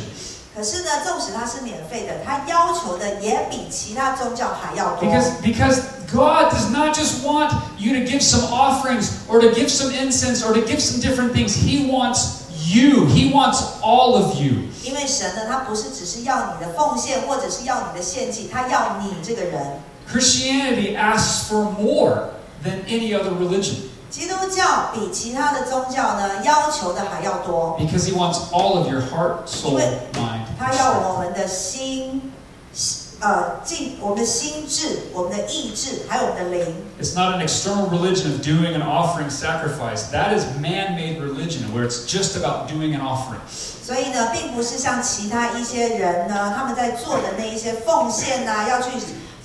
可是呢，纵使它是免费的，它要求的也比其他宗教还要多。 because because God does not just want you to give some offerings or to give some incense or to give some different things. He wants you. He wants all of you. 因为神呢，他不是只是要你的奉献，或者是要你的献祭，他要你这个人。 Christianity asks for more than any other religion 基督教比其他的宗教呢要求的还要多， because He wants all of your heart, soul, mind. 他要我们的心，呃，进我们的心智、我们的意志，还有我们的灵。 It's not an external religion of doing an offering sacrifice. That is man made religion where it's just about doing an offering. 所以呢，并不是像其他一些人呢，他们在做的那一些奉献呐、要去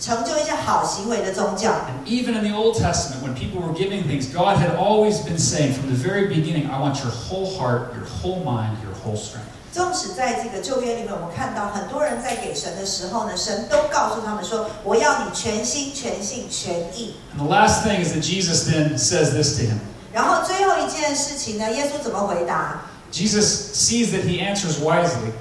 成就一些好行为的宗教。 And even in the Old Testament, when people were giving things, God had always been saying from the very beginning, I want your whole heart, your whole mind, your whole strength. 纵使在这个旧约里面，我们看到很多人在给神的时候呢，神都告诉他们说：“我要你全心、全性、全意。 And the last thing is that Jesus then says this to him. ”然后最后一件事情呢，耶稣怎么回答？ Jesus sees that he answers wisely.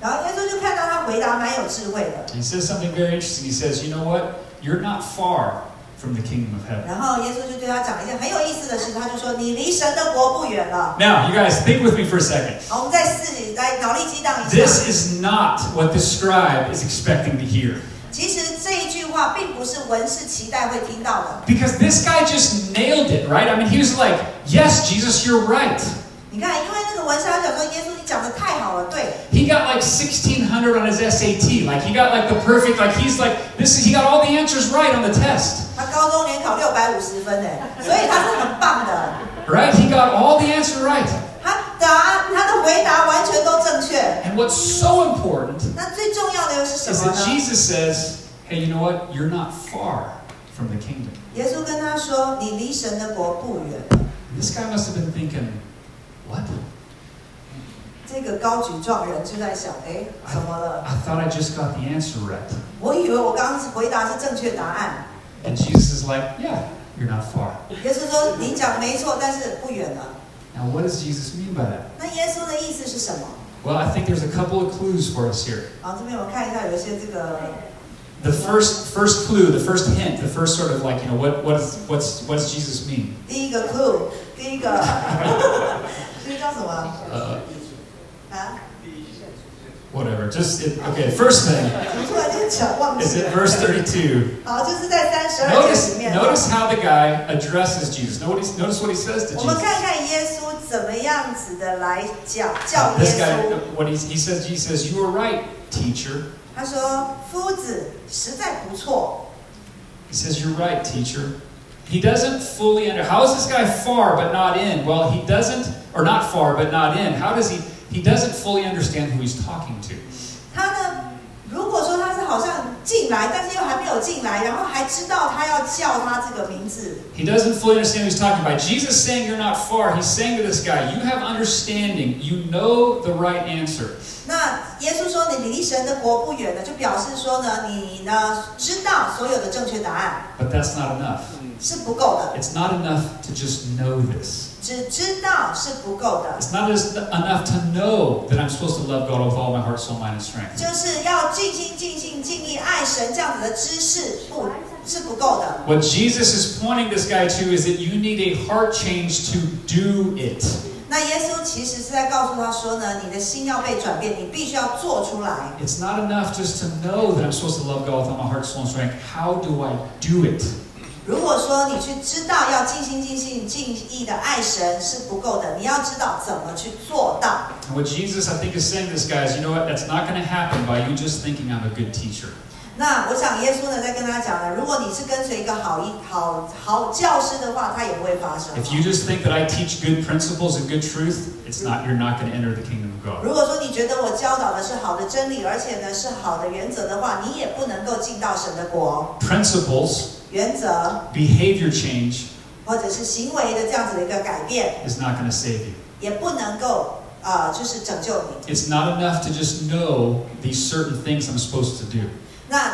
然后耶稣就看到他回答蛮有智慧的。 And he says something very interesting. He says, You know what? You're not far from the kingdom of heaven. 然后耶稣就对他讲了一件很有意思的事，他就说：“你离神的国不远了。 Now, you guys, think with me for a second. ”好，我们再自己来脑力激荡一下。 This is not what the scribe is expecting to hear. 其实这一句话并不是文士期待会听到的。 Because this guy just nailed it, right? I mean, he was like, Yes, Jesus, you're right. 你看，因为那个文士他想说：“耶稣，你讲的太好了，对。” He got like 1600 on his SAT. Like, he got like the perfect, like, he's like, this is, he got all the answers right on the test, 他高中联考六百五十分哎，所以他是很棒的。 right? He got all the answer right. 他答他的回答完全都正确。 And what's so important 那最重要的又是什 is 么 that 呢？ Jesus says, Hey, you know what? You're not far from the kingdom. 耶稣跟他说：“你离神的国不远。 This guy must have been thinking, what? ”这个高举状人就在想：“哎，怎么了？ I thought I just got the answer right. 我以为我刚刚回答是正确答案。 And Jesus is like, yeah, you're not far. ”耶稣说：“你讲没错，但是不远了。 Now, what does Jesus mean by that? ”那耶稣的意思是什么？ Well, I think there's a couple of clues for us here. 好，这边我看一下，有一些这个 The first, first clue, the first hint, the first sort of like, you know, what, what is, what's, what's Jesus mean? 第一个 clue，第一个， 这个叫什么 Uh, 啊？ whatever. Just it, okay. First thing 突然间想忘 is 记 in 了。 verse 32. 好，就是在三十二节 Notice, 里面。 notice how the guy addresses Jesus. Notice, notice what he says to 我们 Jesus. 看看耶稣怎么样子的来讲 叫耶 This guy, 稣。 what he, he says, Jesus says, "You are right, teacher." 他说：“夫子实在不错。 He says, "You're right, teacher." He doesn't fully under. How is this guy far but not in? Well, he doesn't, or not far but not in. How does he? He doesn't fully understand who he's talking to. 他呢，如果说他是好像进来，但是又还没有进来，然后还知道他要叫他这个名字， He doesn't fully understand who he's talking about. Jesus saying you're not far. He's saying to this guy, you have understanding. You know the right answer. 那耶稣说你离神的国不远了，就表示说呢，你呢知道所有的正确答案 But that's not enough. 是不够的， It's not enough to just know this. 只知道是不够的， It's not just enough to know that I'm supposed to love God with all my heart, soul, mind, and strength. 就是要尽心尽性尽力爱神这样子的知识不是不够的。 What Jesus is pointing this guy to is that you need a heart change to do it. 那耶稣其实是在告诉他说呢，你的心要被转变，你必须要做出来。 It's not enough just to know that I'm supposed to love God with all my heart, soul, and strength. How do I do it? 如果说你去知道要尽心尽性尽意的爱神是不够的，你要知道怎么去做到。 And what Jesus, I think, is saying to this guy is, you know what? That's not going to happen by you just thinking I'm a good teacher. 那我想耶稣呢在跟他讲呢，如果你是跟随一个好一好好教师的话，它也不会发生。啊 If you just think that I teach good principles and good truth, it's not. You're not going to enter the kingdom of God. 如果说你觉得我教导的是好的真理，而且呢是好的原则的话，你也不能够进到神的国。 Principles, 原则 behavior change 或者是行为的这样子的一个改变， is not going to save you. 也不能够啊、呃就是拯救你。 It's not enough to just know these certain things I'm supposed to do. 那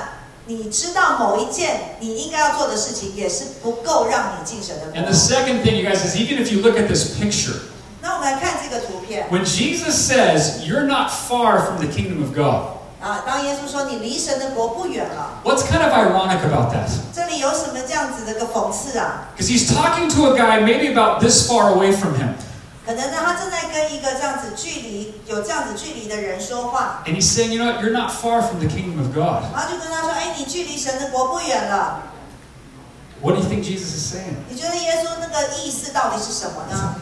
你知道某一件你应该要做的事情，也是不够让你进神的 And the。国 second thing, you guys, is even if you look at this picture, 那我们来看这个图片 when Jesus says you're not far from the kingdom of God, 啊，当耶稣说你离神的国不远了， what's kind of ironic about that? 这里有什么这样子的一个讽刺啊？ Because he's talking to a guy maybe about this far away from him, 可能呢，他正在跟一个这样子距离有这样子距离的人说话， and he's saying, you know what? You're not far from the kingdom of God. 然后就跟他说：“哎，你距离神的国不远了。 What do you think Jesus is saying? ”你觉得耶稣那个意思到底是什么呢？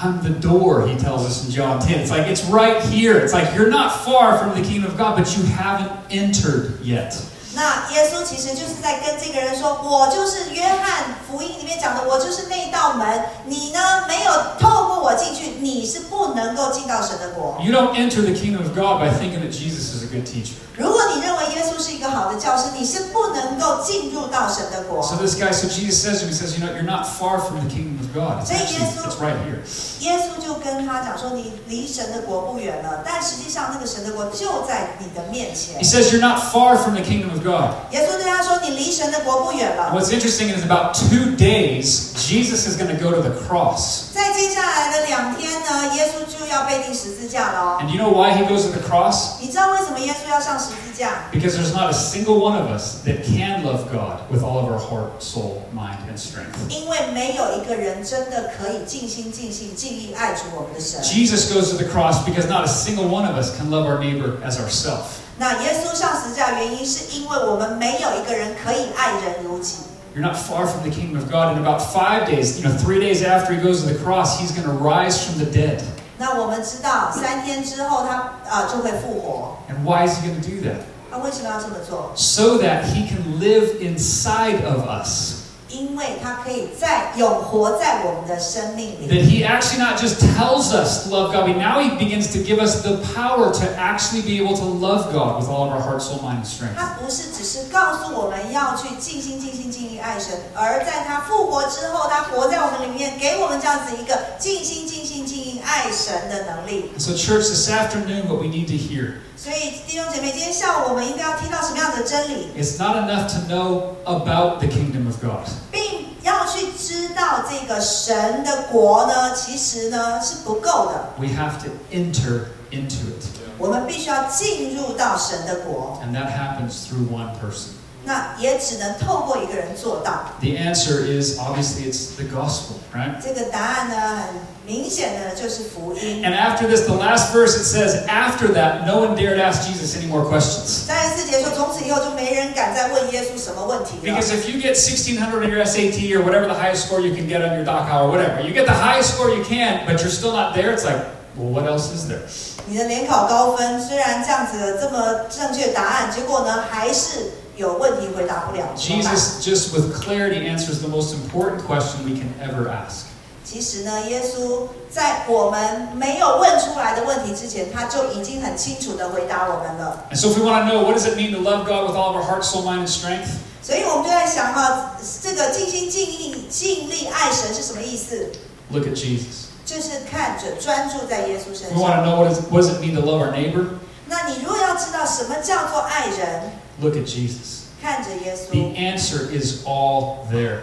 I'm the door, he tells us in John 10. It's like, it's right here. It's like, you're not far from the kingdom of God, but you haven't entered yet. 那耶稣其实就是在跟这个人说：“我就是约翰福音里面讲的，我就是那道门。你呢，没有透过我进去，你是不能够进到神的国。 You don't enter the kingdom of God by thinking that Jesus is a good teacher. 如果你认为耶稣是一个好的教师，你是不能够进入到神的国。 So this guy, so Jesus says to him, he says, you know, you're not far from the kingdom of God. It's Say actually, yes, Lord. it's right here. 耶稣就跟他讲说：你离神的国不远了，但实际上那个神的国就在你的面前 He。says, you're not far from the kingdom of God. 耶稣对他说：你离神的国不远了。 What's interesting is about two days, Jesus is going to go to the cross. 在接下来的两天呢，耶稣就要被钉十字架了哦。 And you know why he goes to the cross? 你知道为什么耶稣要上十字架？ Because there's not a single one of us that can love God with all of our heart, soul, mind, and strength. 因为没有一个人真的可以尽心尽性尽力爱主我们的神。 Jesus goes to the cross because not a single one of us can love our neighbor as ourselves. 那耶稣上十字架原因是因为我们没有一个人可以爱人如己。 You're not far from the kingdom of God. In about five days, you know, three days after he goes to the cross, he's going to rise from the dead. 那我们知道三天之后他啊、呃就会复活， And why is he going to do that? 他为什么要这么做？ So that he can live inside of us. 因为它可以在永活在我们的生命里。 That he actually not just tells us to love God, but now he begins to give us the power to actually be able to love God with all of our heart, soul, mind, and strength. 他不是只是告诉我们要去尽心、尽心、尽力爱神，而在他复活之后，他活在我们里面，给我们这样子一个尽心、尽心、尽力爱神的能力。 And so, church, this afternoon, what we need to hear 所以弟兄姐妹，今天下午我们应该要听到什么样的真理， is not enough to know about the kingdom of God. 并要去知道这个神的国呢，其实呢是不够的， We have to enter into it. 我们必须要进入到神的国， And that happens through one person. 那也只能透过一个人做到。 The answer is obviously it's the gospel, right? 这个答案呢，很明显的就是福音。 And after this, the last verse it says, after that, no one dared ask Jesus any more questions. 三十四节说，从此以后就没人敢再问耶稣什么问题了 Because。if you get 1600 on your SAT or whatever the highest score you can get on your DACA or whatever, you get the highest score you can, but you're still not there, it's like, well, what else is there? 你的联考高分虽然这样子的这么正确答案，结果呢还是有问题回答不了。怎么办 Jesus just with clarity answers the most important question we can ever ask. 其实呢，耶稣在我们没有问出来的问题之前，他就已经很清楚的回答我们了。 And so if we want to know what does it mean to love God with all of our heart, soul, mind, and strength, 所以我们就在想哈，这个尽心尽意、尽力爱神是什么意思？ look at Jesus. 就是看准、专注在耶稣身 If we want 上。 to know what, is, what does it mean to love our neighbor, 那你如果要知道什么叫做爱人， look at Jesus. 看着耶 The 稣， answer is all there.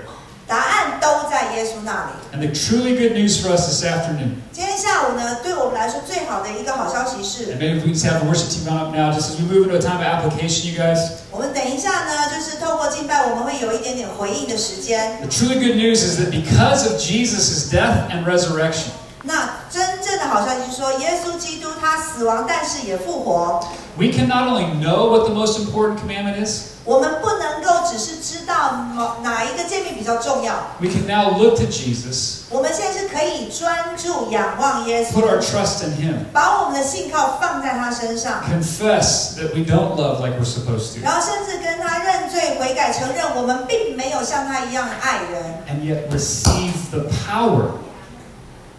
答案都在耶稣那里。 And the truly good news for us this afternoon, 今天下午呢，对我们来说最好的一个好消息是， and maybe if we can just have the worship team on up now, just as we move into a time of application, you guys. 我们等一下呢，就是透过敬拜，我们会有一点点回应的时间。 The truly good news is that because of Jesus' death and resurrection, 那真正的好消息是说，耶稣基督他死亡，但是也复活。 we can not only know what the most important commandment is, 我们不能够只是知道某哪一个诫命比较重要， we can now look to Jesus, 我们现在是可以专注仰望耶 put our 稣， trust in Him, 把我们的信靠放在他身上。 confess that we don't love like we're supposed to, 然后甚至跟他认罪悔改，承认我们并没有像他一样爱人， and yet receive the power,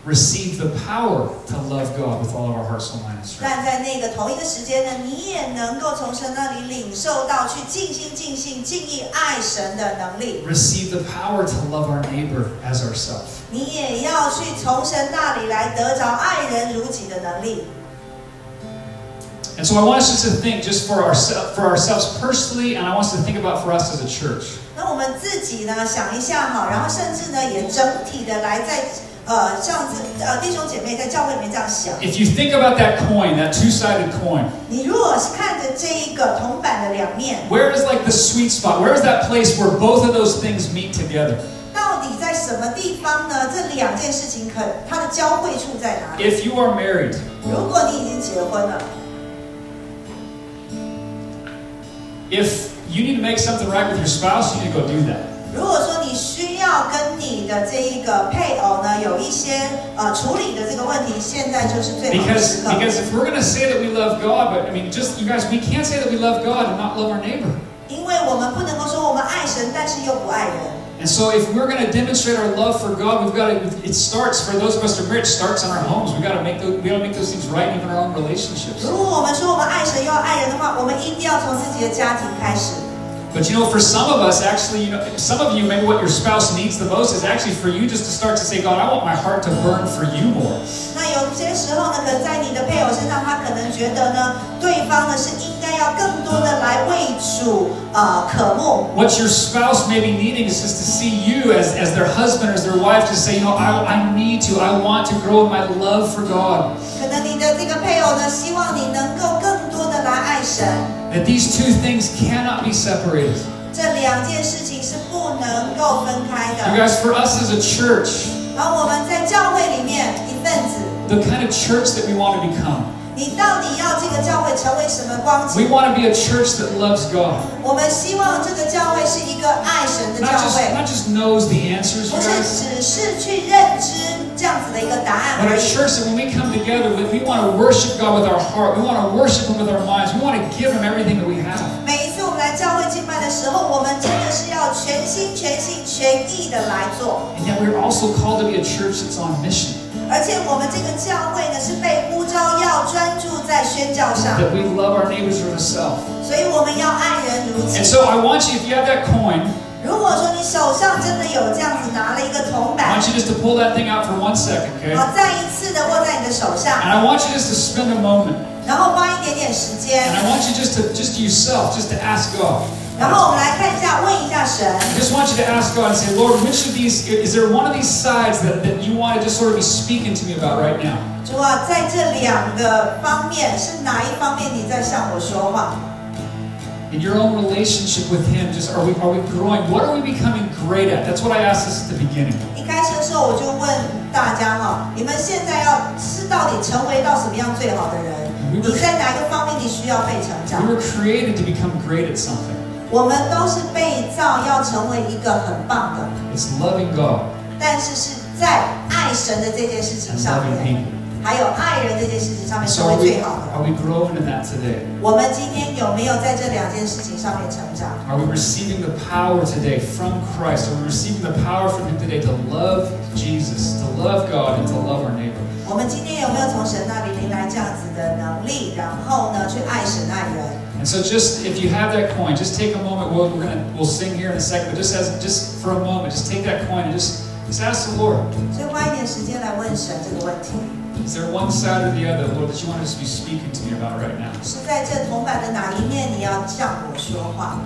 receive the power to love God with all of our heart, soul, mind, and strength. 但在那个同一个时间呢，你也能够从神那里领受到去尽心尽性尽意爱神的能力， Receive the power to love our neighbor as ourselves. 你也要去从神那里来得着爱人如己的能力。 And so I want us just to think just for, ourse- for ourselves personally, and I want us to think about for us as a church. 那我们自己呢想一下哈，然后甚至呢也整体的来在呃这样子呃弟兄姐妹在教会里面这样想。 If you think about that coin, that two-sided coin, 你如果是看着这一个铜板的两面， where is like the sweet spot? Where is that place where both of those things meet together? 到底在什么地方呢？这两件事情可它的交汇处在哪里？ If you are married, 如果你已经结婚了， if you need to make something right with your spouse, you need to go do that. 如果说你需要跟你的这一个配偶呢有一些呃处理的这个问题，现在就是最好的时 Because 刻。 because if we're gonna say that we love God, but I mean just you guys, we can't say that we love God and not love our neighbor. 因为我们不能够说我们爱神，但是又不爱人。 And so if we're gonna demonstrate our love for God, we've got to it starts for those of us who are married, it starts in our homes. We gotta make those we gotta make those things right even in our own relationships. 如果我们说我们爱神又要爱人的话，我们一定要从自己的家庭开始。 But you know, for some of us, actually, you know, some of you, maybe what your spouse needs the most is actually for you just to start to say, God, I want my heart to burn for you more. 那有些时候呢，可能在你的配偶身上，他可能觉得呢，对方呢是应该要更多的来为主呃渴慕。 What your spouse may be needing is just to see you as, as their husband or as their wife to say, you know, I, I need to, I want to grow in my love for God. 可能你的这个配偶呢，希望你能够更多的来爱神。 That these two things cannot be separated. 这两件事情是不能够分开 You 的。 guys, for us as a church, 而我们在教会里面一份子， the kind of church that we want to become, 你到底要这个教会成为什么光 we 景？ want to be a church that loves God. 我们希望这个教会是一个爱神的 Not 教 just, 会， not just knows the answers, you 不是 guys. 只是去认知这样子的一个答案 But 而 our 已。 church, that when we come together, we, we want to worship God with our heart. We want to worship Him with our minds. We want to give Him everything that we have. 每一次我们来教会敬拜的时候，我们真的是要全心、全心、全意的来做。 And yet we're also called to be a church that's on mission, 而且我们这个教会呢，是被呼召要专注在宣教上， that we love our neighbors as ourselves. 所以我们要爱人如己 And。so I want you, if you have that coin, 如果说你手上真的有这样子拿了一个铜板 I，want you just to pull that thing out for one second, okay? 好，再一次的握在你的手 And 上， I want you just to spend a moment. 然后花一点点时间 And，I want you just to just to yourself, just to ask God. 然后我们来看一下，问一下神， I just want you to ask God and say, Lord, which of these is there one of these sides that, that you want to just sort of be speaking to me about right now? 主啊，在这两个方面是哪一方面你在向我说话？ In your own relationship with Him, just are we are we growing? What are we becoming great at? That's what I asked us at the beginning. 一开始的时候我就问大家哈，你们现在要是到底成为到什么样最好的人？你在哪个方面你需要被成长？ We were created to become great at something. 我们都是被造要成为一个很棒的， It's loving God 但是是在爱神的这件事情 and 上 loving 面， people. 还有爱人这件事情上面 So 成为 are we, 最好的。 are we growing in that today? 我们今天有没有在这两件事情上面成长？ Are we receiving the power today from Christ? Are we receiving the power from Him today to love Jesus, to love God, and to love our neighbor? 我们今天有没有从神那里领来这样子的能力，然后呢去爱神爱人？ And so, just if you have that coin, just take a moment. We'll, we're gonna we'll sing here in a second, but just as just for a moment, just take that coin and just just ask the Lord. 所以花一点时间来问神这个问题， Is there one side or the other, Lord, that you want us to be speaking to me about right now? 是在这铜板的哪一面你要向我说话？